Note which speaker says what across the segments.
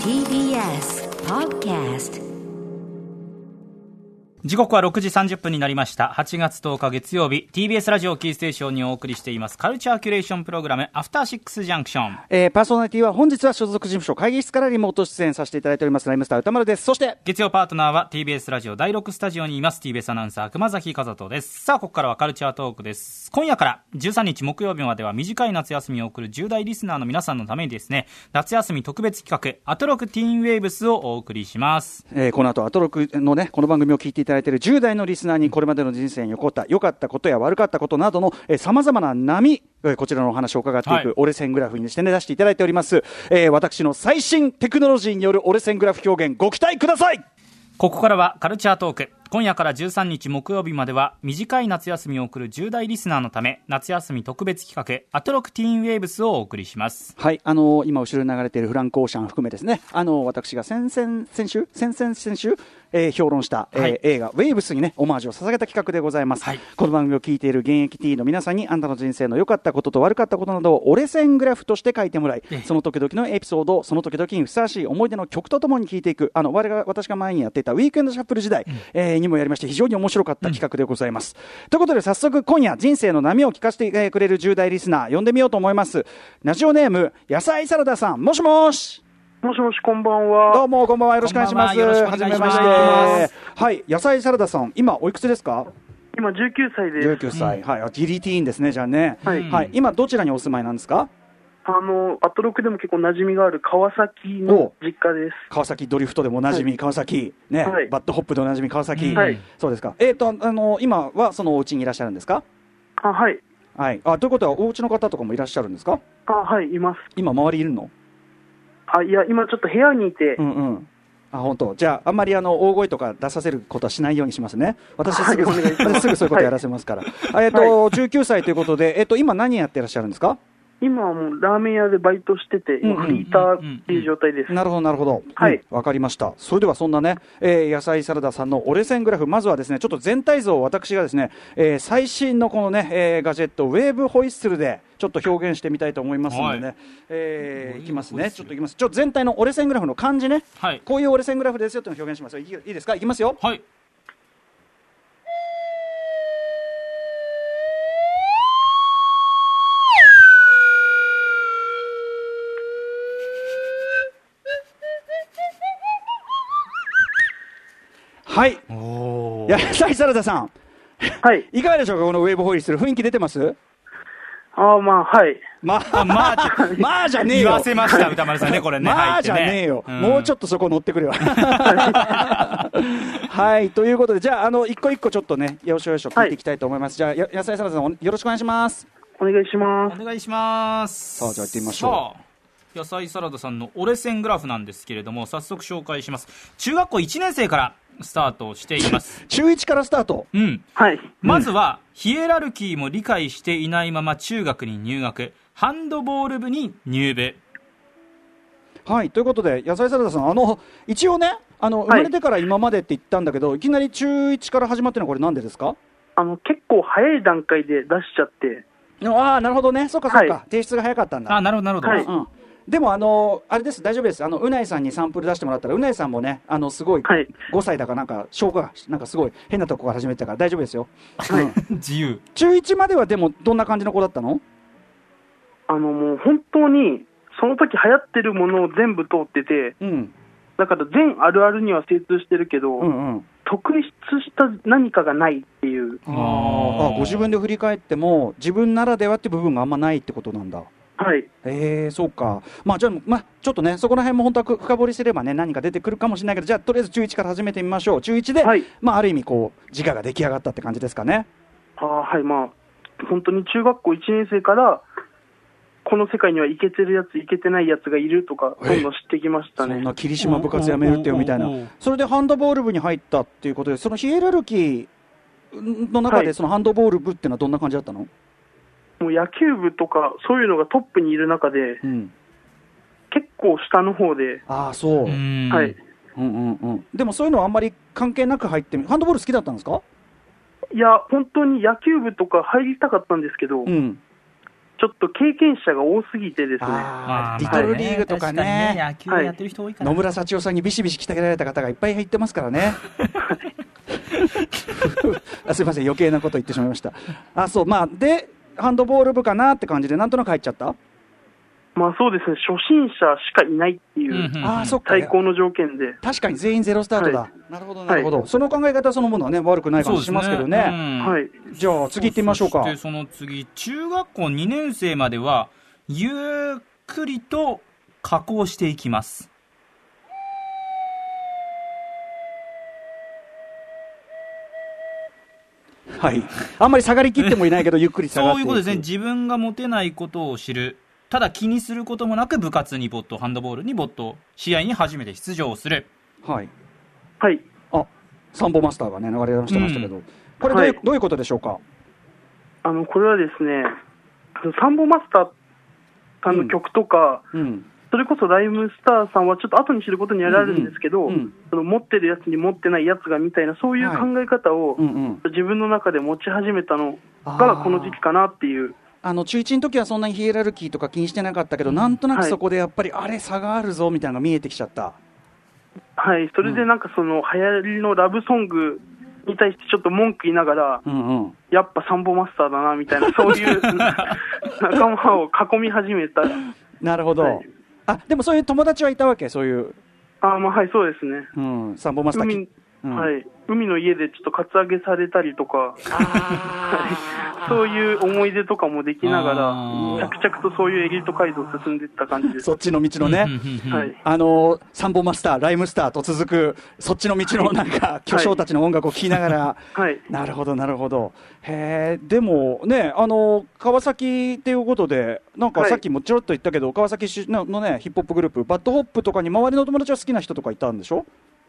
Speaker 1: TBS Podcast
Speaker 2: 時刻は6時30分になりました8月10日月曜日 TBS ラジオキーステーションにお送りしていますカルチャーキュレーションプログラムアフターシックスジャンクション
Speaker 3: えーパーソナリティは本日は所属事務所会議室からリモート出演させていただいておりますライムスター歌丸ですそして
Speaker 2: 月曜パートナーは TBS ラジオ第6スタジオにいます TBS アナウンサー熊崎和人ですさあここからはカルチャートークです今夜から13日木曜日までは短い夏休みを送る10代リスナーの皆さんのためにですね夏休み特別企画アトロクティーンウェーブスをお送りします
Speaker 3: えーこの後アトロクのねこの番組を聞いていただいている10代のリスナーにこれまでの人生に起こった良かったことや悪かったことなどのさまざまな波えーこちらのお話を伺っていく、
Speaker 2: はい
Speaker 3: 折れ線グラフにしてね出していただいております、えー私の最新テクノロジーによる折れ線グラフ表現ご期待ください
Speaker 2: ここからはカルチャートーク今夜から13日木曜日までは短い夏休みを送る10代リスナーのため夏休み特別企画アトロクティーンウェーブスをお送りします
Speaker 3: はい、あのー今後ろに流れているフランク・オーシャン含めですね、あのー私が先々先週、先々先週、えー評論した、えー
Speaker 2: はい
Speaker 3: 映画、ウェーブスにね、オマージュを捧げた企画でございます。
Speaker 2: はい
Speaker 3: この番組を聞いている現役 T の皆さんに、あんたの人生の良かったことと悪かったことなどを折れ線グラフとして書いてもらい
Speaker 2: ええ、
Speaker 3: その時々のエピソードを、その時々にふさわしい思い出の曲とともに聞いていく、あの、我が、私が前にやっていたウィークエンドシャッフル時代、えーにもやりまして、非常に面白かった企画でございます。ということで、早速、今夜、人生の波を聞かせてえーくれる10代リスナー、呼んでみようと思います。ラジオネーム、野菜サラダさん、もしもし。
Speaker 4: もしもし、こんばんは。
Speaker 3: どうも、こんばんは。よろしくお願いします。
Speaker 2: こんばんはよろしくお願いします
Speaker 3: はじめまして。はい、野菜サラダさん、今、おいくつですか
Speaker 4: 今、19歳です。
Speaker 3: ?19 歳。はい、あギリティーンですね、じゃあね。
Speaker 4: はい
Speaker 3: はい、今、どちらにお住まいなんですか
Speaker 4: あの、アトロックでも結構馴染みがある川崎の実家です。
Speaker 3: 川崎ドリフトでもおなじみ、川崎、ね、
Speaker 4: はい
Speaker 3: バッドホップでおなじみ、川崎、
Speaker 4: はい
Speaker 3: そうですか、えっ、と、あの今はそのお家にいらっしゃるんですか、
Speaker 4: あ、はい。
Speaker 3: はい、あということは、お家の方とかもいらっしゃるんですか、
Speaker 4: あ、はい、います。
Speaker 3: 今、周りいるの、
Speaker 4: あ、いや、今ちょっと部屋にいて
Speaker 3: う、んうん、あ本当、じゃあ、あんまりあの大声とか出させることはしないようにしますね、私、すぐ,、
Speaker 4: はいお願いします
Speaker 3: 私すぐそういうことやらせますから、あえっと
Speaker 4: は
Speaker 3: 19歳ということで、えっと今、何やってらっしゃるんですか、
Speaker 4: 今はもうラーメン屋でバイトしてて、
Speaker 3: うん
Speaker 4: 今
Speaker 3: うん
Speaker 4: フリーターっていう状態です。
Speaker 3: なるほど、なるほど、
Speaker 4: はい
Speaker 3: うんわ、かりました、それではそんなね、えー野菜サラダさんの折れ線グラフ、まずはですねちょっと全体像を私がですね、えー最新のこのね、えーガジェット、ウェーブホイッスルでちょっと表現してみたいと思いますのでね、
Speaker 2: はい
Speaker 3: いえーいきます
Speaker 2: ホイッ
Speaker 3: ね、
Speaker 2: スル
Speaker 3: ちょっといきます、ちょっと全体の折れ線グラフの感じね、
Speaker 2: はい
Speaker 3: こういう折れ線グラフですよというのを表現しますよ、いいいいですか、いきますよ。
Speaker 2: はい
Speaker 3: はい
Speaker 2: おお
Speaker 3: 野菜サラダさん、
Speaker 4: はい。
Speaker 3: いかがでしょうか、このウェーブホイッスル、雰囲気出てます
Speaker 4: あ、まあ、はい。
Speaker 3: まあ、まあ、まあじゃねえよ。
Speaker 2: 言わせました歌丸さんねこれね
Speaker 3: ま
Speaker 2: 入っ
Speaker 3: あ
Speaker 2: て
Speaker 3: じ
Speaker 2: ね
Speaker 3: ゃねえよ、
Speaker 2: うん
Speaker 3: もうちょっとそこ乗ってくれよ。 はい、ということで、じゃあ、あの、一個一個ちょっとね、よしよしょ聞いていきたいと思います。じゃあ、や野菜サラダさん、およろしくお願いします。
Speaker 4: お願いしま
Speaker 2: お
Speaker 4: す。
Speaker 2: 願いします
Speaker 3: さあじゃあ行ってみましょ
Speaker 2: う野菜サラダさんの折れ線グラフなんですけれども早速紹介します中学校1年生からスタートしています
Speaker 3: 中1からスタート。
Speaker 2: うん
Speaker 4: はい。
Speaker 2: まずは、ヒエラルキーも理解していないまま中学に入学ハンドボール部に入部
Speaker 3: はい、ということで、野菜サラダさん、あの、一応ね、あの、
Speaker 4: い
Speaker 3: 生まれてから今までって言ったんだけど、いきなり中1から始まってるのはこれなんでですか
Speaker 4: あの、結構早い段階で出しちゃって、
Speaker 3: ああ、なるほどね。そうかそうか。
Speaker 4: はい
Speaker 3: 提出が早かったんだ。
Speaker 2: あなるほどなるほど、
Speaker 4: はい
Speaker 3: うんでもあのあれです大丈夫ですあのうないさんにサンプル出してもらったらうないさんもねあのすごい
Speaker 4: はい
Speaker 3: 5歳だかなんか小がなんかすごい変なとこから始めてたから大丈夫ですよ、うん
Speaker 2: 自由
Speaker 3: 中1まではでもどんな感じの子だったの
Speaker 4: あの、もう本当に、その時流行ってるものを全部通ってて、
Speaker 3: うん
Speaker 4: だから全あるあるには精通してるけど、
Speaker 3: うんうん
Speaker 4: 特筆した何かがないっていう。
Speaker 3: あ
Speaker 2: ー
Speaker 3: ーあご自分で振り返っても自分ならではって部分があんまないってことなんだ
Speaker 4: はい。
Speaker 3: えー、そうか、まあ、じゃあ、まあ、ちょっとね、そこら辺も本当はく深掘りすればね、何か出てくるかもしれないけど、じゃあ、とりあえず中1から始めてみましょう、中1で、
Speaker 4: はい
Speaker 3: まあ、ある意味こう、自我が出来上がったって感じですかね。
Speaker 4: あーはい、まあ、本当に中学校1年生から、この世界にはイケてるやつ、イケてないやつがいるとか、どんどん知ってきました
Speaker 3: そん
Speaker 4: ね
Speaker 3: な。霧島部活やめるってよみたいな
Speaker 2: おうおうおうおう、
Speaker 3: それでハンドボール部に入ったっていうことで、そのヒエラルキーの中
Speaker 4: は
Speaker 3: で、
Speaker 4: い
Speaker 3: そのハンドボール部っていうのはどんな感じだったの、
Speaker 4: もう野球部とか、そういうのがトップにいる中で、
Speaker 3: うん、
Speaker 4: 結構下の方で、
Speaker 3: ああ、そう、う
Speaker 2: うんん
Speaker 4: はい。
Speaker 3: うんうん、でもそういうのはあんまり関係なく入ってみ、ハンドボール好きだったんですか、
Speaker 4: いや、本当に野球部とか入りたかったんですけど、
Speaker 3: うん、
Speaker 4: ちょっと経験者が多すぎてですね、
Speaker 3: あーリ
Speaker 2: まあ
Speaker 3: トルリーグとかね
Speaker 2: 確かに野球やってる人多いから
Speaker 3: 野
Speaker 2: ね、
Speaker 3: 村幸男さんにビシビシ鍛えられた方がいっぱい入ってますからね。 あすいません、余計なこと言ってしまいました。あそうまあ、で、ハンドボール部かなって感じで、なんとなく入っちゃった、
Speaker 4: まあそうですね、初心者しかいないってい
Speaker 2: うんう
Speaker 4: うん
Speaker 3: ああ、そっか、
Speaker 4: 最高の条件で、
Speaker 3: 確かに全員ゼロスタートだ、
Speaker 4: はい
Speaker 3: なるほど、
Speaker 4: い
Speaker 3: なるほど、その考え方そのものはね、悪くない
Speaker 2: そう
Speaker 3: 感
Speaker 2: で
Speaker 3: じしますけどね、
Speaker 2: うん
Speaker 4: はい、
Speaker 3: じゃあ、次行ってみましょうか
Speaker 2: そ、してその次中学校2年生まではゆっくりと加工していきます
Speaker 3: はい、あんまり下がりきってもいないけど、ゆっくり下がっ
Speaker 2: そう
Speaker 3: てい
Speaker 2: いう
Speaker 3: く
Speaker 2: ことですね自分がモテないことを知るただ気にすることもなく部活に没頭ハンドボールに没頭試合に初めて出場する
Speaker 3: はい、
Speaker 4: はい、
Speaker 3: あサンボマスターがね、流れ出してましたけど、
Speaker 2: う
Speaker 3: これどういう、
Speaker 4: はい
Speaker 3: どういうことでしょうか、
Speaker 4: あのこれはですね、あのサンボマスターさんの曲とか、
Speaker 3: うん、
Speaker 4: それこそライムスターさんはちょっと後に知ることにはなるんですけど、
Speaker 3: うんうんうん
Speaker 4: その持ってるやつに持ってないやつがみたいな、そういう考え方を
Speaker 3: うん、うん、
Speaker 4: 自分の中で持ち始めたの
Speaker 3: あ
Speaker 4: が
Speaker 3: ー
Speaker 4: この時期かなっていう、
Speaker 3: あの中1の時はそんなにヒエラルキーとか気にしてなかったけど、なんとなく
Speaker 4: はい
Speaker 3: そこでやっぱり、あれ、差があるぞみたいなのが見えてきちゃった。
Speaker 4: はい、それでなんかその流行りのラブソングに対してちょっと文句言いながら、
Speaker 3: うんうん
Speaker 4: やっぱサンボマスターだなみた いな、そういう仲間を囲み始めた、
Speaker 3: なるほど、
Speaker 4: はい
Speaker 3: あでもそういう友達はいたわけ、そういう、
Speaker 4: あーまあはい、そうですね。
Speaker 3: うん、サンボマスター
Speaker 4: 海
Speaker 3: き、うん
Speaker 4: はい、海の家でちょっとカツアゲされたりとか、はい そういう思い出とかもできなが
Speaker 2: あ
Speaker 4: ら、着々とそういうエリート街道を進んでいった感じです。
Speaker 3: そっちの道のね、
Speaker 2: うん
Speaker 4: はい、
Speaker 3: あのーサンボマスター、ライムスターと続く、そっちの道のなんか、巨匠たちの音楽を聴きなが ら、
Speaker 4: はい
Speaker 3: なるほど、なるほど、へえ、でもね、あのー川崎っていうことで、なんか
Speaker 4: はい
Speaker 3: さっきもちょろっと言ったけど、川崎市ののね、ヒップホップグループ、バッドホップとかに周りの友達は好きな人とかいたんでしょ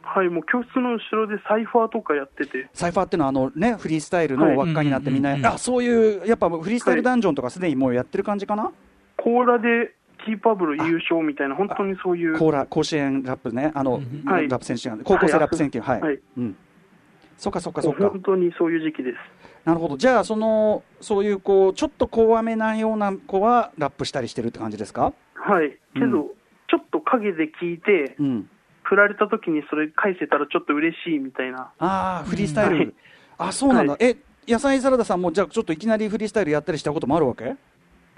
Speaker 4: はい、もう教室の後ろでサイファーとかやってて、
Speaker 3: サイファーっていうのはあの、ね、フリースタイルの輪っかになって、みんな、
Speaker 2: はい
Speaker 3: あそういう、やっぱフリースタイルダンジョンとか、すでにもうやってる感じかな、
Speaker 4: 甲羅でキーパブル優勝みたいな、本当にそういう、
Speaker 3: コーラ甲子園ラップね、あの、
Speaker 4: はい
Speaker 3: ラップ選手権、高校生ラップ選手権、はい、
Speaker 4: はい
Speaker 3: うん、そっかそっかそっか
Speaker 4: 本、当にそういう時期です。
Speaker 3: なるほど、じゃあ、そのそういうこうちょっと怖めなような子はラップしたりしてるって感じですか、
Speaker 4: はい、けど、
Speaker 3: うん
Speaker 4: ちょっと陰で聞いて、
Speaker 3: うん、
Speaker 4: 振られた時にそれ返せたらちょっと嬉しいみたいな、
Speaker 3: ああ、フリースタイル、
Speaker 4: はい
Speaker 3: あそうなんだ、
Speaker 4: は
Speaker 3: え野菜サラダさんも、じゃあ、ちょっといきなりフリースタイルやったりしたこともあるわけ
Speaker 4: い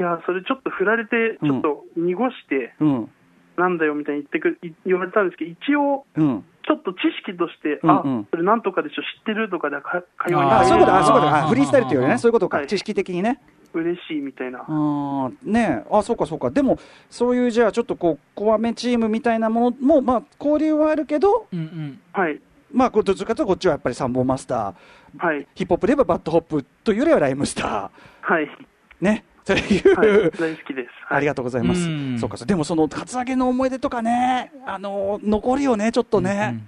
Speaker 4: や、それちょっと振られて、
Speaker 3: うん
Speaker 4: ちょっと濁して、
Speaker 3: うん、
Speaker 4: なんだよみたいに言ってくるい言われたんですけど、一応、
Speaker 3: うん、
Speaker 4: ちょっと知識として、
Speaker 3: うん
Speaker 4: あ
Speaker 3: うん
Speaker 4: それなんとかでしょ、知ってるとかでか会話に
Speaker 3: あ
Speaker 2: あ
Speaker 3: あ
Speaker 2: ー
Speaker 3: そういうこと、あそういうこと
Speaker 2: あ
Speaker 3: あ
Speaker 2: ー
Speaker 3: フリースタイルっていうより
Speaker 2: あ
Speaker 3: ね、
Speaker 2: ー
Speaker 3: そういうことか、
Speaker 4: はい
Speaker 3: 知識的にね。
Speaker 4: 嬉しいみたいな、
Speaker 3: あーねえあそうかそうかでもそういうじゃあちょっとこうコアめチームみたいなものもまあ交流はあるけど
Speaker 2: うんうん
Speaker 4: はい、
Speaker 3: まあこうどっちかというとこっちはやっぱりサンボマスター
Speaker 4: はい、
Speaker 3: ヒップホップで言えばバッドホップというよりはライムスタ
Speaker 4: はい、
Speaker 3: ーねという、
Speaker 4: はい、大好きです。
Speaker 3: ありがとうございます
Speaker 2: うん
Speaker 3: そうかそうでもそのカツアゲの思い出とかねあの残るよねちょっとね、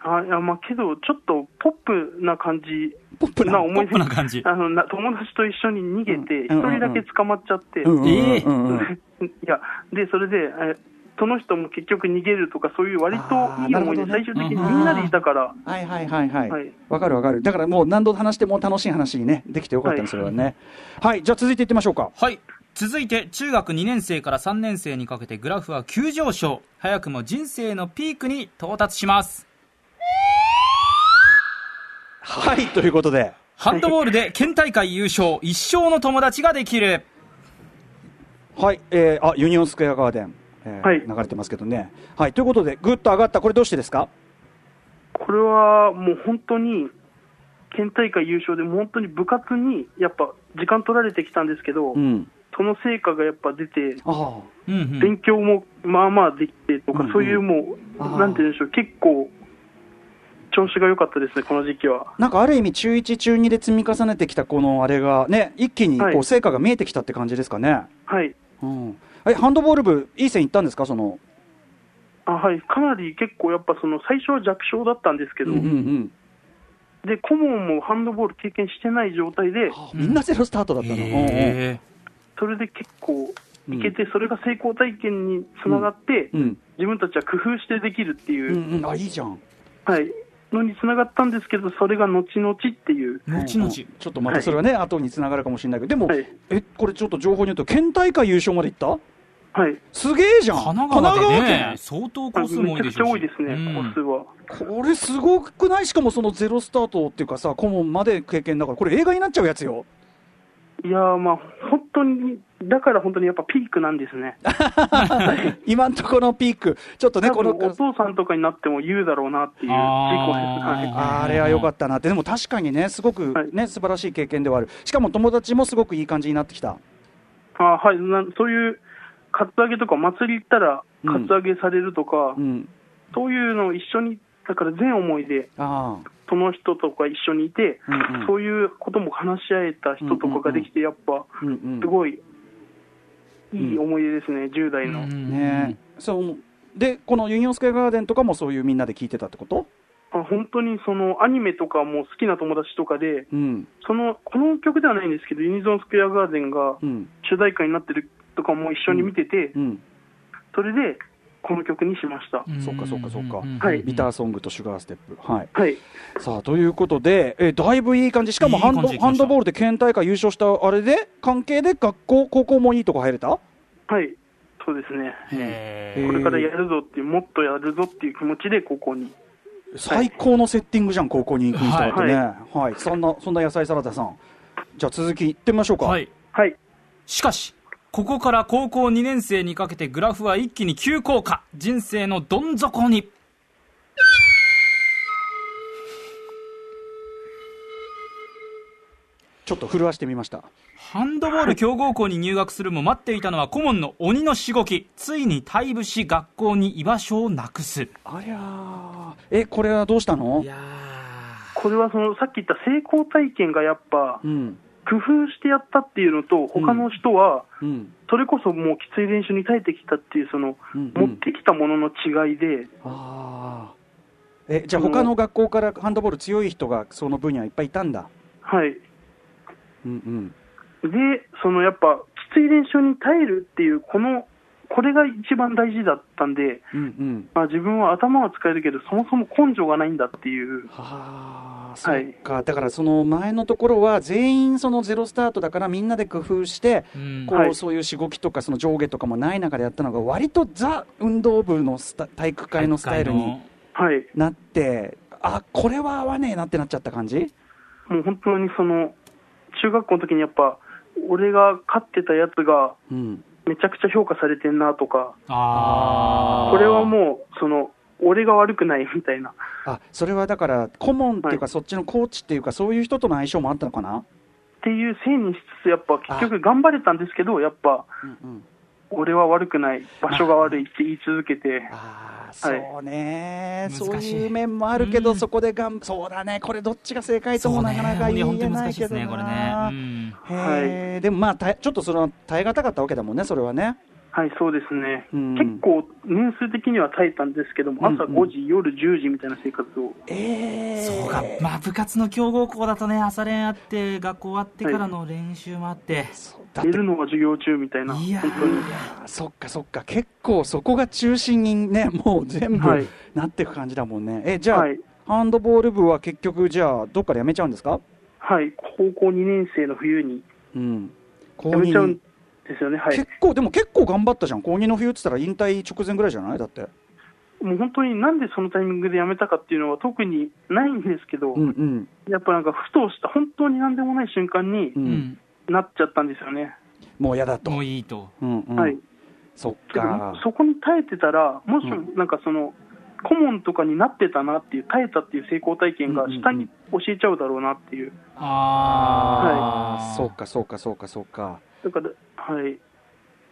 Speaker 4: あいやまあ、けど、ちょっとポップな感じ
Speaker 3: ポップな
Speaker 4: な思い
Speaker 2: ポップな感じ
Speaker 4: あのな友達と一緒に逃げて、
Speaker 3: うん
Speaker 4: 一人だけ捕まっちゃって、
Speaker 3: うんうん
Speaker 2: えー
Speaker 3: うんうん
Speaker 4: いや、で、それで、えその人も結局逃げるとか、そういう割と
Speaker 3: あー
Speaker 4: いい思い
Speaker 3: なるほど
Speaker 4: 出、
Speaker 3: ね
Speaker 4: 最終的にみんなでいたから、
Speaker 3: はいはいはいはいわ、
Speaker 4: はい
Speaker 3: かるわかるだからもう何度話しても楽しい話にねできてよかったんですよねはいじゃあ続いていってみましょうか
Speaker 2: はい続いて中学2年生から3年生にかけてグラフは急上昇早くも人生のピークに到達します
Speaker 3: はいということで
Speaker 2: ハンドボールで県大会優勝一生の友達ができる
Speaker 3: はい、えー、あユニオンスクエアガーデン、えー
Speaker 4: はい
Speaker 3: 流れてますけどね。はい、ということで、ぐっと上がった、これどうしてですか
Speaker 4: これはもう本当に、県大会優勝で、もう本当に部活にやっぱ時間取られてきたんですけど、
Speaker 3: ん、
Speaker 4: その成果がやっぱ出て、
Speaker 3: あ
Speaker 2: うんうん
Speaker 4: 勉強もまあまあできてとか、
Speaker 3: うん
Speaker 4: そういうも
Speaker 3: あー
Speaker 4: う、なんて言うんでしょう、結構、調子が良かったですね、この時期は。
Speaker 3: あ、なんかある意味、中1、中2で積み重ねてきたこのあれが、ね、一気にこう、
Speaker 4: はい
Speaker 3: 成果が見えてきたって感じですかね。
Speaker 4: はい
Speaker 3: うん、えハンドボール部、いい線いったんですか、その、
Speaker 4: あはい、かなり結構、やっぱその最初は弱小だったんですけど、
Speaker 3: うんうん
Speaker 4: で顧問もハンドボール経験してない状態で、
Speaker 3: あみんなゼロスタートだったの、うん
Speaker 2: へ
Speaker 4: それで結構
Speaker 3: うん
Speaker 4: いけて、それが成功体験につながって、
Speaker 3: うん
Speaker 4: 自分たちは工夫してできるってい
Speaker 3: うん
Speaker 4: う、
Speaker 3: うんうん、あいいじゃん、
Speaker 4: はい、のにつながったんですけど、それが後々っていう、
Speaker 2: 後々。
Speaker 3: ちょっとまたそれはね、後につながるかもしれないけど、でも、
Speaker 4: はい
Speaker 3: えこれちょっと情報によると、県大会優勝までいった
Speaker 4: はい、
Speaker 3: すげえじゃん、
Speaker 2: 神奈川でね、
Speaker 3: 神
Speaker 2: 相当
Speaker 4: あ
Speaker 2: 個数も多いで
Speaker 4: めちゃく
Speaker 2: し
Speaker 4: ちゃ
Speaker 2: ょうし。
Speaker 4: 多いですね、
Speaker 2: うん
Speaker 4: 個数
Speaker 3: 奈
Speaker 4: は。
Speaker 3: 川県これすごくない、しかもそのゼロスタートっていうかさ、顧問まで経験だから、これ、映画になっちゃうやつよ。
Speaker 4: いやー、まあ、本当に、だから本当にやっぱピークなんですね。
Speaker 3: 今んとこのピーク、ちょっとね、
Speaker 4: 多
Speaker 3: こ
Speaker 4: 分
Speaker 3: の
Speaker 4: お父さんとかになっても言うだろうなっていう事故です。は
Speaker 2: あ
Speaker 4: い
Speaker 3: あれは良かったなって、でも確かにね、すごく
Speaker 4: はい
Speaker 3: ね、素晴らしい経験ではある、しかも友達もすごくいい感じになってきた、
Speaker 4: あはいなそういうカツアゲとか、祭り行ったら
Speaker 3: う
Speaker 4: カ
Speaker 3: ん
Speaker 4: ツアゲされるとか、
Speaker 3: うん、
Speaker 4: そういうのを一緒に、だから全思いで、
Speaker 3: ああ、
Speaker 4: その人とか一緒にいて、
Speaker 3: うんうん
Speaker 4: そういうことも話し合えた人とかができて、やっぱ、
Speaker 3: うんうん
Speaker 4: すごい、いい思い出ですね、10代の。
Speaker 2: うん
Speaker 3: ねえそうで、このユニオンスクエアガーデンとかもそういうみんなで聞いてたってこと
Speaker 4: あ本当にそのアニメとかも好きな友達とかで、
Speaker 3: うん、
Speaker 4: そのこの曲ではないんですけど、ユニゾンスクエアガーデンが
Speaker 3: うん、
Speaker 4: 主題歌になってるとかも一緒に見てて、
Speaker 3: うん、
Speaker 4: それでこの曲にしました。
Speaker 3: そっかそっかそっか
Speaker 4: はい
Speaker 3: ビターソングとシュガーステップ、はい、
Speaker 4: はい、
Speaker 3: さあということで、えだいぶいい感じ、しかもハンド
Speaker 2: いい感じ
Speaker 3: ハンドボールで県大会優勝したあれで、関係で学校、高校もいいとこ入れた
Speaker 4: はい、そうですね。
Speaker 2: へ
Speaker 3: え
Speaker 2: ー
Speaker 4: これからやるぞっていう、もっとやるぞっていう気持ちで、ここに。
Speaker 3: 最高のセッティングじゃん、高校に行く人だってね、は
Speaker 4: はい
Speaker 3: そんな、そんな野菜サラダさん、じゃあ続きいってみましょうか、
Speaker 2: はい。
Speaker 4: はい、
Speaker 2: しかし、ここから高校2年生にかけてグラフは一気に急降下。人生のどん底に。
Speaker 3: ちょっと震わしてみました、
Speaker 2: ハンドボール強豪校に入学するも待っていたのは顧問の鬼のしごき。ついに退部し学校に居場所をなくす。い
Speaker 3: ありゃー、え、これはどうしたの
Speaker 2: や
Speaker 4: これはそのさっき言った成功体験がやっぱ
Speaker 3: う、ん、
Speaker 4: 工夫してやったっていうのと、他の人は、
Speaker 3: うん、
Speaker 4: それこそもうきつい練習に耐えてきたっていう、その、
Speaker 3: うん
Speaker 4: 持ってきたものの違いで、
Speaker 3: あーえ、じゃあ、他の学校からハンドボール強い人がその分野いっぱいいたんだ、
Speaker 4: はい。
Speaker 3: うんうん、
Speaker 4: で、そのやっぱ、きつい練習に耐えるっていう、この、これが一番大事だったんで、
Speaker 3: うんうん。
Speaker 4: まあ、自分は頭は使えるけど、そもそも根性がないんだっていう、
Speaker 3: はあ、そ
Speaker 4: はい
Speaker 3: っか、だからその前のところは、全員そのゼロスタートだから、みんなで工夫して、
Speaker 2: うん
Speaker 3: こう
Speaker 4: はい
Speaker 3: そういうしごきとか、その上下とかもない中でやったのが、割とザ運動部のスタ体育会のスタイルに
Speaker 4: はい、
Speaker 3: なって、あこれは合わねえなってなっちゃった感じ
Speaker 4: もう本当にその、中学校の時にやっぱ、俺が勝ってたやつが、
Speaker 3: うん、
Speaker 4: めちゃくちゃ評価されてんなとか、
Speaker 2: あー
Speaker 4: これはもう、その、俺が悪くないみたいな、
Speaker 3: あそれはだから、顧問っていうか、
Speaker 4: はい
Speaker 3: そっちのコーチっていうか、そういう人との相性もあったのかな、
Speaker 4: っていうせいにしつつ、やっぱ結局頑張れたんですけど、やっぱ、
Speaker 3: うんうん、
Speaker 4: 俺は悪くない、場所が悪いって言い続けて、
Speaker 3: ああ、
Speaker 4: はい
Speaker 3: そうね、
Speaker 2: 難しい
Speaker 3: そういう面もあるけど、
Speaker 2: うん
Speaker 3: そこでがん、そうだね、これ、どっちが正解と
Speaker 2: そ
Speaker 3: も
Speaker 2: う
Speaker 3: な
Speaker 2: ね
Speaker 3: かなか言
Speaker 2: 本当
Speaker 3: え
Speaker 2: に
Speaker 3: な
Speaker 2: 難
Speaker 3: い
Speaker 2: しいで
Speaker 3: け
Speaker 2: す
Speaker 3: ど
Speaker 2: ね、これね。う
Speaker 3: な。
Speaker 2: ん
Speaker 3: へーでもまあたちょっとその耐え難かったわけだもんね、それはね。
Speaker 4: はい、そうですね、
Speaker 3: うん
Speaker 4: 結構、年数的には耐えたんですけども、朝
Speaker 3: うん
Speaker 4: 5
Speaker 3: うん
Speaker 4: 時、夜10時みたいな生活を、
Speaker 3: えー、
Speaker 2: そうか、まあ、部活の強豪校だとね、朝練あって、学校終わってからの練習もあって、
Speaker 3: そうだっ
Speaker 4: 寝
Speaker 3: て
Speaker 4: るのは授業中みたいな、
Speaker 2: いや
Speaker 4: 本当に
Speaker 2: ー、
Speaker 3: あそっかそっか、結構そこが中心にね、 もう全部
Speaker 4: はい
Speaker 3: なっていく感じだもんね。えじゃあ、
Speaker 4: はい
Speaker 3: ハンドボール部は結局、じゃあ、どっかでやめちゃうんですか
Speaker 4: はい、高校2年生の冬に、
Speaker 3: うん。高
Speaker 4: やめ
Speaker 3: 二
Speaker 4: ちゃうんですよね、はい
Speaker 3: 結、構、でも結構頑張ったじゃん、高2の冬って言ったら引退直前ぐらいじゃないだって。
Speaker 4: もう本当になんでそのタイミングで辞めたかっていうのは、特にないんですけど、
Speaker 3: うんうん。
Speaker 4: やっぱなんか、ふとした、本当になんでもない瞬間に
Speaker 3: うん
Speaker 2: うん、
Speaker 4: なっちゃったんですよね。
Speaker 3: もう嫌だと。
Speaker 2: もういいと。
Speaker 3: うんうん。
Speaker 4: はい、
Speaker 3: そっ
Speaker 4: けど
Speaker 3: か。
Speaker 4: そこに耐えてたら、もし
Speaker 3: う
Speaker 4: なんかその、顧問とかになってたなっていう、耐えたっていう成功体験が
Speaker 3: うんうんうん
Speaker 4: 下に教えちゃうだろうなっていう、
Speaker 2: あー、
Speaker 3: あーそうかそうかそうかそうか。
Speaker 4: だから、はい、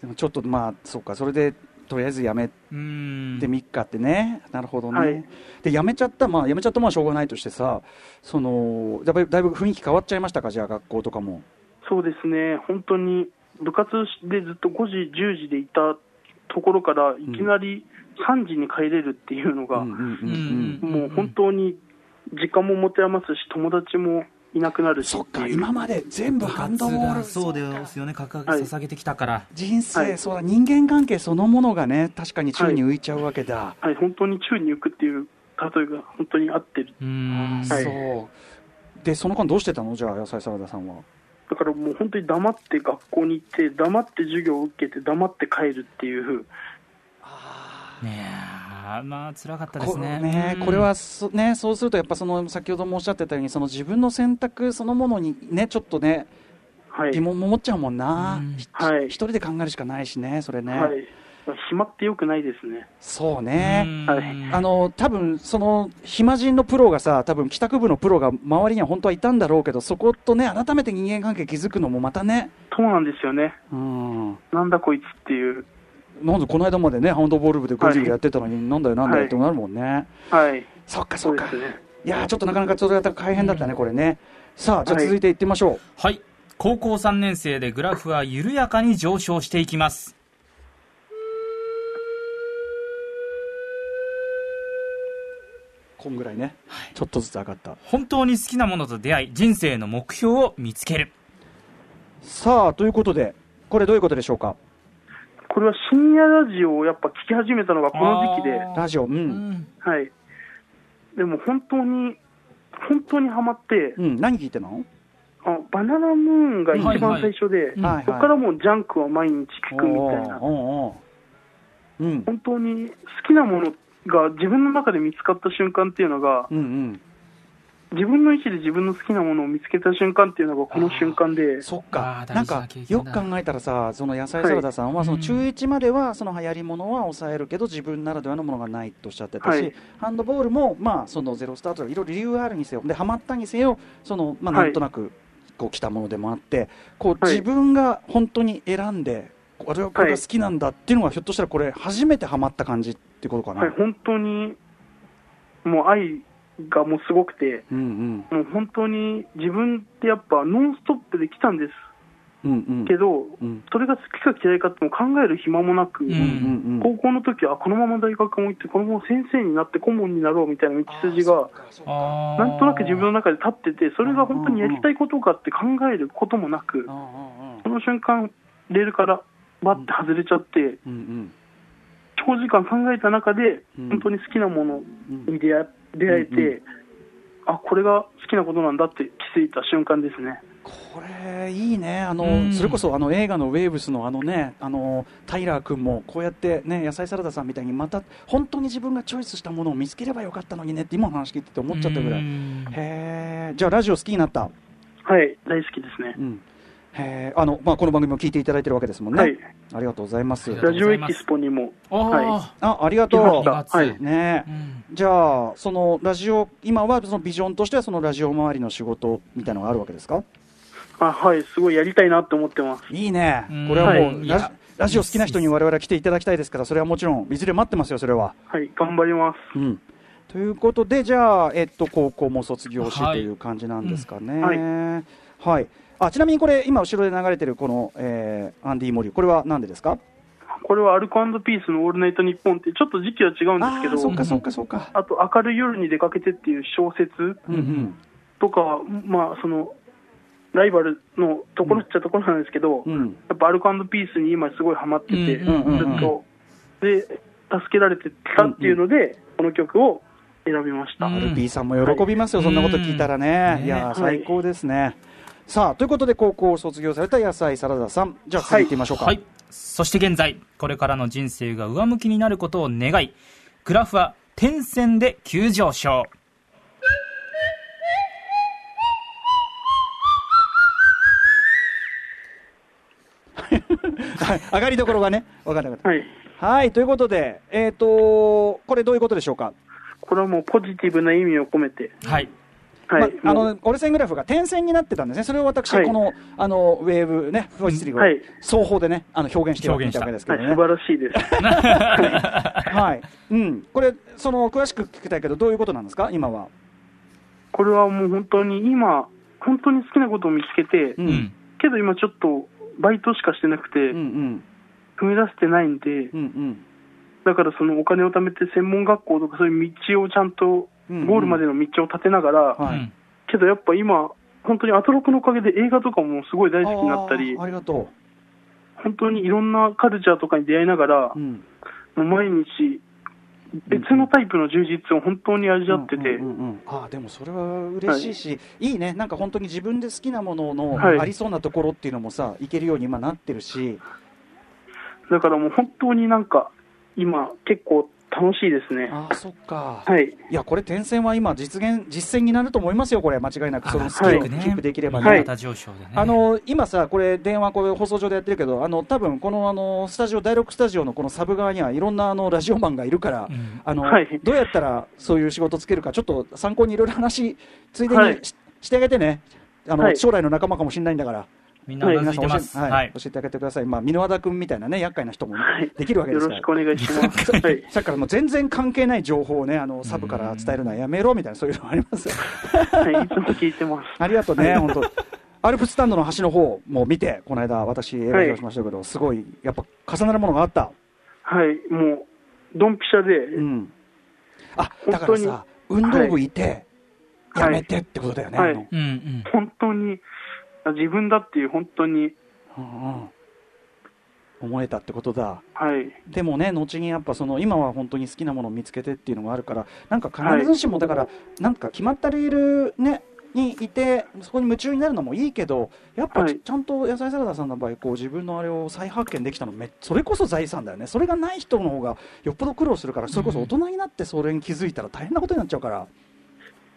Speaker 3: でもちょっとまあそうかそれでとりあえずやめ
Speaker 2: うーん
Speaker 3: てみっかってね、なるほどね、
Speaker 4: はい
Speaker 3: でやめちゃったまあやめちゃったまあしょうがないとしてさそのやっぱりだいぶ雰囲気変わっちゃいましたかじゃあ学校とかも
Speaker 4: そうですね、本当に部活でずっと5時、10時でいたところから、いきなり3時に帰れるっていうのが、
Speaker 3: うんうんうんう
Speaker 2: うんん
Speaker 4: もう本当に時間も持て余すし、友達もいなくなるし
Speaker 3: そっ
Speaker 4: って
Speaker 3: か
Speaker 4: いう、
Speaker 3: 今まで全部
Speaker 2: 部
Speaker 3: ハン
Speaker 2: 活
Speaker 3: ドボー
Speaker 2: が
Speaker 3: ル
Speaker 2: そうですよね、掲げ捧げてきたから、
Speaker 3: 人生、
Speaker 4: はい
Speaker 3: そうだ人間関係そのものがね確かに宙に浮いちゃうわけだ、
Speaker 4: はい、本当に宙に浮くっていう例えが本当に合ってる。
Speaker 2: うーん
Speaker 4: はい
Speaker 3: そうでその間どうしてたのじゃあ野菜サラダさんは
Speaker 4: だからもう本当に黙って学校に行って、黙って授業を受けて、黙って帰るっていう、
Speaker 2: ねえまあ辛かったです
Speaker 3: こ
Speaker 2: ね
Speaker 3: ね
Speaker 2: うん
Speaker 3: これはそ,、ね、そうするとやっぱその先ほどもおっしゃってたようにその自分の選択そのものにねちょっとね
Speaker 4: はい、
Speaker 3: 疑問も持っちゃうもんな、
Speaker 2: うん
Speaker 3: ひ
Speaker 4: はい
Speaker 3: 一人で考えるしかないしねそれね、
Speaker 4: はい、暇ってよくないですね。
Speaker 3: そう
Speaker 2: う
Speaker 3: ね、
Speaker 2: ん
Speaker 4: はい
Speaker 3: あの多分その暇人のプロがさ多分帰宅部のプロが周りには本当はいたんだろうけどそことね改めて人間関係築くのもまたね
Speaker 4: そうなんですよね。
Speaker 3: うん
Speaker 4: なんだこいつっていう。
Speaker 3: なんでこの間までねハンドボール部でグリグリやってたのに、なんだよなんだよってなるもんね、
Speaker 4: はい。
Speaker 3: そっかそ
Speaker 4: そ
Speaker 3: っ
Speaker 4: うで
Speaker 3: か
Speaker 4: すね。
Speaker 3: いやーちょっとなかなかちょっと大変だったね、これねさあじゃあ続いていってみましょう、
Speaker 2: はい高校3年生でグラフは緩やかに上昇していきます
Speaker 3: こんぐらいね、ちょっとずつ上がった
Speaker 2: 本当に好きなものと出会い人生の目標を見つける
Speaker 3: さあということでこれどういうことでしょうか
Speaker 4: これは深夜ラジオをやっぱ聞き始めたのがこの時期で、
Speaker 2: あ
Speaker 3: ラジオう、
Speaker 2: うんん
Speaker 4: はい。でも本当に、本当にハマって、
Speaker 3: うん、何聞いてんの、
Speaker 4: あバナナムーンが一
Speaker 2: は
Speaker 4: 番
Speaker 2: いはい
Speaker 4: 最初で、
Speaker 2: うん
Speaker 3: はいはい
Speaker 4: そこからもうジャンクは毎日聞くみたいな。
Speaker 3: おーおーおーうん
Speaker 4: 本当に好きなものが自分の中で見つかった瞬間っていうのが、
Speaker 3: うんうん
Speaker 4: 自分の意思で自分の好きなものを見つけた瞬間っていうのがこの瞬間で、
Speaker 3: そっ
Speaker 2: あ
Speaker 3: か
Speaker 2: ー大
Speaker 3: なん
Speaker 2: 事な
Speaker 3: か
Speaker 2: 経験だ
Speaker 3: よく考えたらさその野菜サラダさんは、
Speaker 2: い
Speaker 3: その
Speaker 2: うん
Speaker 3: 中1まではその流行りものは抑えるけど自分ならではのものがないとおっしゃってたし、
Speaker 4: はい
Speaker 3: ハンドボールもまあそのゼロスタートとかいろいろ理由があるにせよでハマったにせよそのまあ
Speaker 4: はい
Speaker 3: なんとなくこう来たものでもあってこう
Speaker 4: はい
Speaker 3: 自分が本当に選んでこれはこれが好きなんだっていうのがひょっとしたらこれ初めてハマった感じってことかな、
Speaker 4: はい、本当にもう愛がもうすごくて、
Speaker 3: うんうん
Speaker 4: もう本当に自分ってやっぱノンストップで来たんです
Speaker 3: うんうん
Speaker 4: けど、
Speaker 3: うん
Speaker 4: それが好きか嫌いかっても考える暇もなく、
Speaker 2: う
Speaker 3: うんうんうん
Speaker 4: 高校の時はこのまま大学も行って、このまま先生になって顧問になろうみたいな道筋が、
Speaker 2: あー
Speaker 4: なんとなく自分の中で立ってて、それが本当にやりたいことかって考えることもなく
Speaker 3: あ、あああ
Speaker 4: その瞬間、レールからバッて外れちゃって、
Speaker 3: うんうん
Speaker 4: 長時間考えた中で、
Speaker 3: うん
Speaker 4: 本当に好きなもの
Speaker 3: うん
Speaker 4: に出会出会え
Speaker 3: うん
Speaker 4: て、あこれが好きなことなんだって気づいた瞬間ですね。
Speaker 3: これいいねあの、
Speaker 2: うん
Speaker 3: それこそあの映画の「ウェーブスの」あのねあのタイラー君もこうやって、ね、野菜サラダさんみたいにまた本当に自分がチョイスしたものを見つければよかったのにねって今の話聞いてて思っちゃったぐらい、へ
Speaker 2: うん
Speaker 3: えじゃあラジオ好きになった、
Speaker 4: はい、大好きですね
Speaker 3: う。んへーあのまあ、この番組も聞いていただいてるわけですもんね、
Speaker 4: はい、
Speaker 3: ありがとうございます
Speaker 2: ありがとう
Speaker 4: ラジオエキスポにも、
Speaker 2: あー
Speaker 4: は
Speaker 3: あありが
Speaker 4: 来ま
Speaker 3: と
Speaker 4: した。
Speaker 2: とう
Speaker 4: はい、
Speaker 3: うね
Speaker 2: うん
Speaker 3: じゃあそのラジオ今はそのビジョンとしてはそのラジオ周りの仕事みたいなのがあるわけですか
Speaker 4: あはい、すごいやりたいなって思ってます。
Speaker 3: いいね
Speaker 2: うん、
Speaker 3: これはも
Speaker 2: は
Speaker 3: う
Speaker 2: い
Speaker 3: ラ
Speaker 2: い
Speaker 3: ジ、
Speaker 2: や
Speaker 3: ラジオ好きな人に我々は来ていただきたいですから、それはもちろん、いずれ待ってますよ、それは。
Speaker 4: はい、頑張ります。
Speaker 3: うん、ということで、じゃあ、えっと、高校も卒業し
Speaker 2: は
Speaker 3: と
Speaker 2: い
Speaker 3: いう感じなんですかね。
Speaker 4: んはい
Speaker 3: はいあちなみにこれ、今、後ろで流れてるこの、えーアンディ・モリュー、これはなんでですか
Speaker 4: これはアルコピースのオールナイトニッポンって、ちょっと時期は違うん
Speaker 3: あ
Speaker 4: で
Speaker 3: あー、
Speaker 4: すけ
Speaker 3: そ
Speaker 4: ど
Speaker 3: う、か、そうか、そうか。
Speaker 4: あと、明るい夜に出かけてっていう小説
Speaker 3: うんうん
Speaker 4: とか、まあ、その、ライバルのところっちゃところなんですけど、
Speaker 3: う
Speaker 4: や
Speaker 3: ん
Speaker 4: っぱアルコピースに今すごいハマってて、
Speaker 2: う
Speaker 4: ず
Speaker 2: ん
Speaker 3: うんうんうん
Speaker 4: っと。で、助けられてたっていうので、この曲を選びました。
Speaker 2: うん
Speaker 3: RP さんも喜びますよ、
Speaker 2: はい
Speaker 3: そんなこと聞いたらね、
Speaker 2: うん
Speaker 3: いやー
Speaker 2: ね
Speaker 3: 最高ですね、さあということで高校を卒業された野菜サラダさんじゃあ次行ってみましょうか、
Speaker 2: はい、そして現在これからの人生が上向きになることを願いグラフは点線で急上昇
Speaker 3: はい上がりどころがね分からなかった
Speaker 4: はい。
Speaker 3: はい、ということで、えっ、とこれどういうことでしょうか。
Speaker 4: これはもうポジティブな意味を込めて、
Speaker 2: はい
Speaker 4: はい。
Speaker 3: まあ、あ
Speaker 4: もう
Speaker 3: の、折れ線グラフが点線になってたんですね。それを私、
Speaker 4: はい
Speaker 3: この、あの、ウェーブね、フォイスリーを、
Speaker 4: はい
Speaker 3: 双方でね、あの、表現してお
Speaker 2: 表現したた
Speaker 3: わけですけ
Speaker 4: はい
Speaker 3: ど
Speaker 4: 素
Speaker 3: ね。
Speaker 4: 晴らしいで す。
Speaker 3: はい。うん。これ、その、詳しく聞きたいけど、どういうことなんですか今は。
Speaker 4: これはもう本当に今、本当に好きなことを見つけ
Speaker 3: う
Speaker 4: て、
Speaker 2: うんん。
Speaker 4: けど今ちょっとバイトしかしてなくて、
Speaker 3: うんうん。
Speaker 4: 踏み出してないんで
Speaker 3: う、ん
Speaker 4: だからそのお金を貯めて専門学校とかそういう道をちゃんと、
Speaker 3: うん
Speaker 4: ゴールまでの道を立てながら、
Speaker 3: うん。は
Speaker 2: う
Speaker 3: い
Speaker 2: ん。
Speaker 4: けどやっぱ今、本当にアトロクのおかげで映画とかもすごい大好きになったり
Speaker 3: あー、ありがと
Speaker 4: 本当にいろんなカルチャーとかに出会いながら
Speaker 3: う。う、ん。
Speaker 4: もう毎日別のタイプの充実を本当に味わってて、
Speaker 3: うんうんうんうんああでもそれは嬉しいし、い、いねなんか本当に自分で好きなものの
Speaker 4: はい
Speaker 3: ありそうなところっていうのもさいけるように今なってるし
Speaker 4: だからもう本当になんか、今、結構楽しいですね。
Speaker 3: ああそっか、、
Speaker 4: はいい、
Speaker 3: やこれ転戦は今実現実践になると思いますよこれ間違いなくそのスキ
Speaker 4: はい
Speaker 3: ルをキープできればね、
Speaker 4: はい
Speaker 2: また上昇でね。
Speaker 3: あの今さ、これ、電話、これ放送上でやってるけど、あの多分このあのスタジオ、第6スタジオのこのサブ側にはいろんなあのラジオマンがいるから、
Speaker 2: うん
Speaker 3: あの
Speaker 4: はい
Speaker 3: どうやったらそういう仕事つけるか、ちょっと参考にいろいろ話、ついでにし,、
Speaker 4: はい
Speaker 3: してあげてね、あの
Speaker 4: はい
Speaker 3: 将来の仲間かもしれないんだから、
Speaker 2: みんなうなずいて
Speaker 3: 教
Speaker 2: ま
Speaker 3: え
Speaker 2: す。
Speaker 3: はい
Speaker 2: はい
Speaker 3: 教。えてあげてください、まあ、箕輪田君みたいなね、厄介な人もね、
Speaker 4: はい
Speaker 3: できるわけで
Speaker 4: よ
Speaker 3: すか
Speaker 4: ろし
Speaker 3: ら
Speaker 4: く。お願いします。はい、
Speaker 3: さっきからもう全然関係ない情報をね、あのサブから伝えるのはやめろみたいな、そういうのありますよ。
Speaker 4: はい、いつも聞いてます。
Speaker 3: ありがとうね、本当。アルプススタンドの端の方も見て、この間、私、映画をしましたけど、すごい、やっぱ重なるものがあった。
Speaker 4: はい、もう、ドンピシャで、
Speaker 3: うん。あ、
Speaker 4: 当に
Speaker 3: だからさ、運動部いて、
Speaker 4: はい
Speaker 3: やめてってことだよね。
Speaker 4: はい
Speaker 3: あの
Speaker 2: うんうん。
Speaker 4: 本当に、あ自分だっていう、本当に、
Speaker 3: うんうん思えたってことだ。
Speaker 4: はい、
Speaker 3: でもね、後にやっぱその今は本当に好きなものを見つけてっていうのがあるから、なんか必ずしも、だから、なんか決まったレールね、にいて、そこに夢中になるのもいいけど、やっぱ
Speaker 4: は
Speaker 3: ち
Speaker 4: い
Speaker 3: ちゃんと野菜サラダさんの場合、こう自分のあれを再発見できたのめ、それこそ財産だよね、それがない人の方がよっぽど苦労するから、それこそ大人になってそれに気づいたら大変なことになっちゃうから、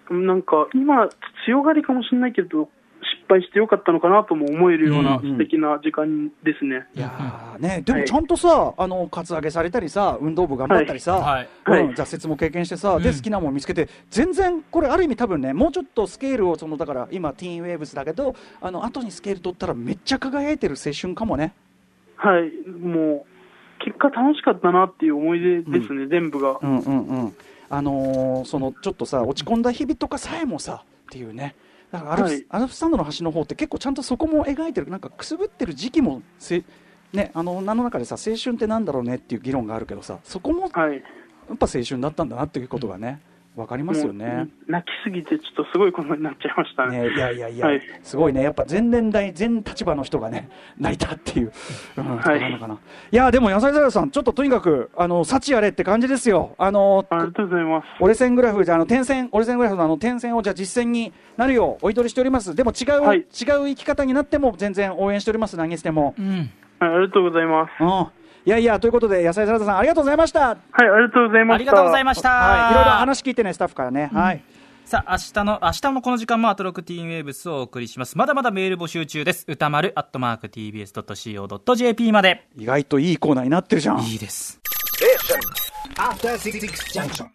Speaker 4: なんか、今、強がりかもしれないけど、失敗してよかったのかなとも思えるような
Speaker 3: うんうん
Speaker 4: 素敵な時間ですね。
Speaker 3: いやーね、で
Speaker 4: は
Speaker 3: も
Speaker 4: い
Speaker 3: ちゃんとさ、あのカツアゲされたりさ、運動部頑張ったりさ、
Speaker 2: はい。
Speaker 4: はい
Speaker 3: うん、挫折も経験してさ、
Speaker 2: う
Speaker 3: で
Speaker 2: ん
Speaker 3: 好きなもの見つけて、全然これ、ある意味、多分ね、もうちょっとスケールを、そのだから今、ティーンウェーブスだけど、あの後にスケール取ったら、めっちゃ輝いてる青春かもね、
Speaker 4: はい、もう、結果楽しかったなっていう思い出ですね、全部が。
Speaker 3: うんうんうん、あのーそのちょっとさ、落ち込んだ日々とかさえもさっていうね、だからアルプス,、
Speaker 4: はい
Speaker 3: アルプススタンドの端の方って、結構ちゃんとそこも描いてる、なんかくすぶってる時期もせ、ね、あの女の中でさ、青春ってなんだろうねっていう議論があるけどさ、そこもやっぱ
Speaker 4: はい。
Speaker 3: 青春だったんだなっていうことがね、わかりますよね。
Speaker 4: もう泣きすぎて、ちょっとすごいことになっちゃいましたね。
Speaker 3: ね、いやいやいや、
Speaker 4: はい
Speaker 3: すごいね、やっぱ全年代、全立場の人がね、泣いたっていう、うん、ところなのかな。い、や、でも、野菜サラダさん、ちょっととにかく、あの、幸あれって感じですよ。あの、
Speaker 4: ありがとうございます。
Speaker 3: 折れ線グラフ、じゃあ、あの、点線、折れ線グラフのあの、点線を、じゃあ実践になるよう、お祈りしております。でも、違う、
Speaker 4: はい
Speaker 3: 違う生き方になっても、全然応援しております、投げ捨ても。
Speaker 2: うん。
Speaker 4: はい、ありがとうございます。
Speaker 3: うん。いやいや、ということで、野菜サラダさん、ありがとうございました。
Speaker 4: はい、ありがとうございました。
Speaker 2: ありがとうございました。
Speaker 3: はい。いろいろ話聞いてね、スタッフからね。はい。
Speaker 2: さあ、明日の、明日もこの時間もアトロクティーンウェーブスをお送りします。まだまだメール募集中です。歌丸、アットマーク tbs.co.jp まで。
Speaker 3: 意外といいコーナーになってるじゃん。
Speaker 2: いいです。
Speaker 5: After Six Junction.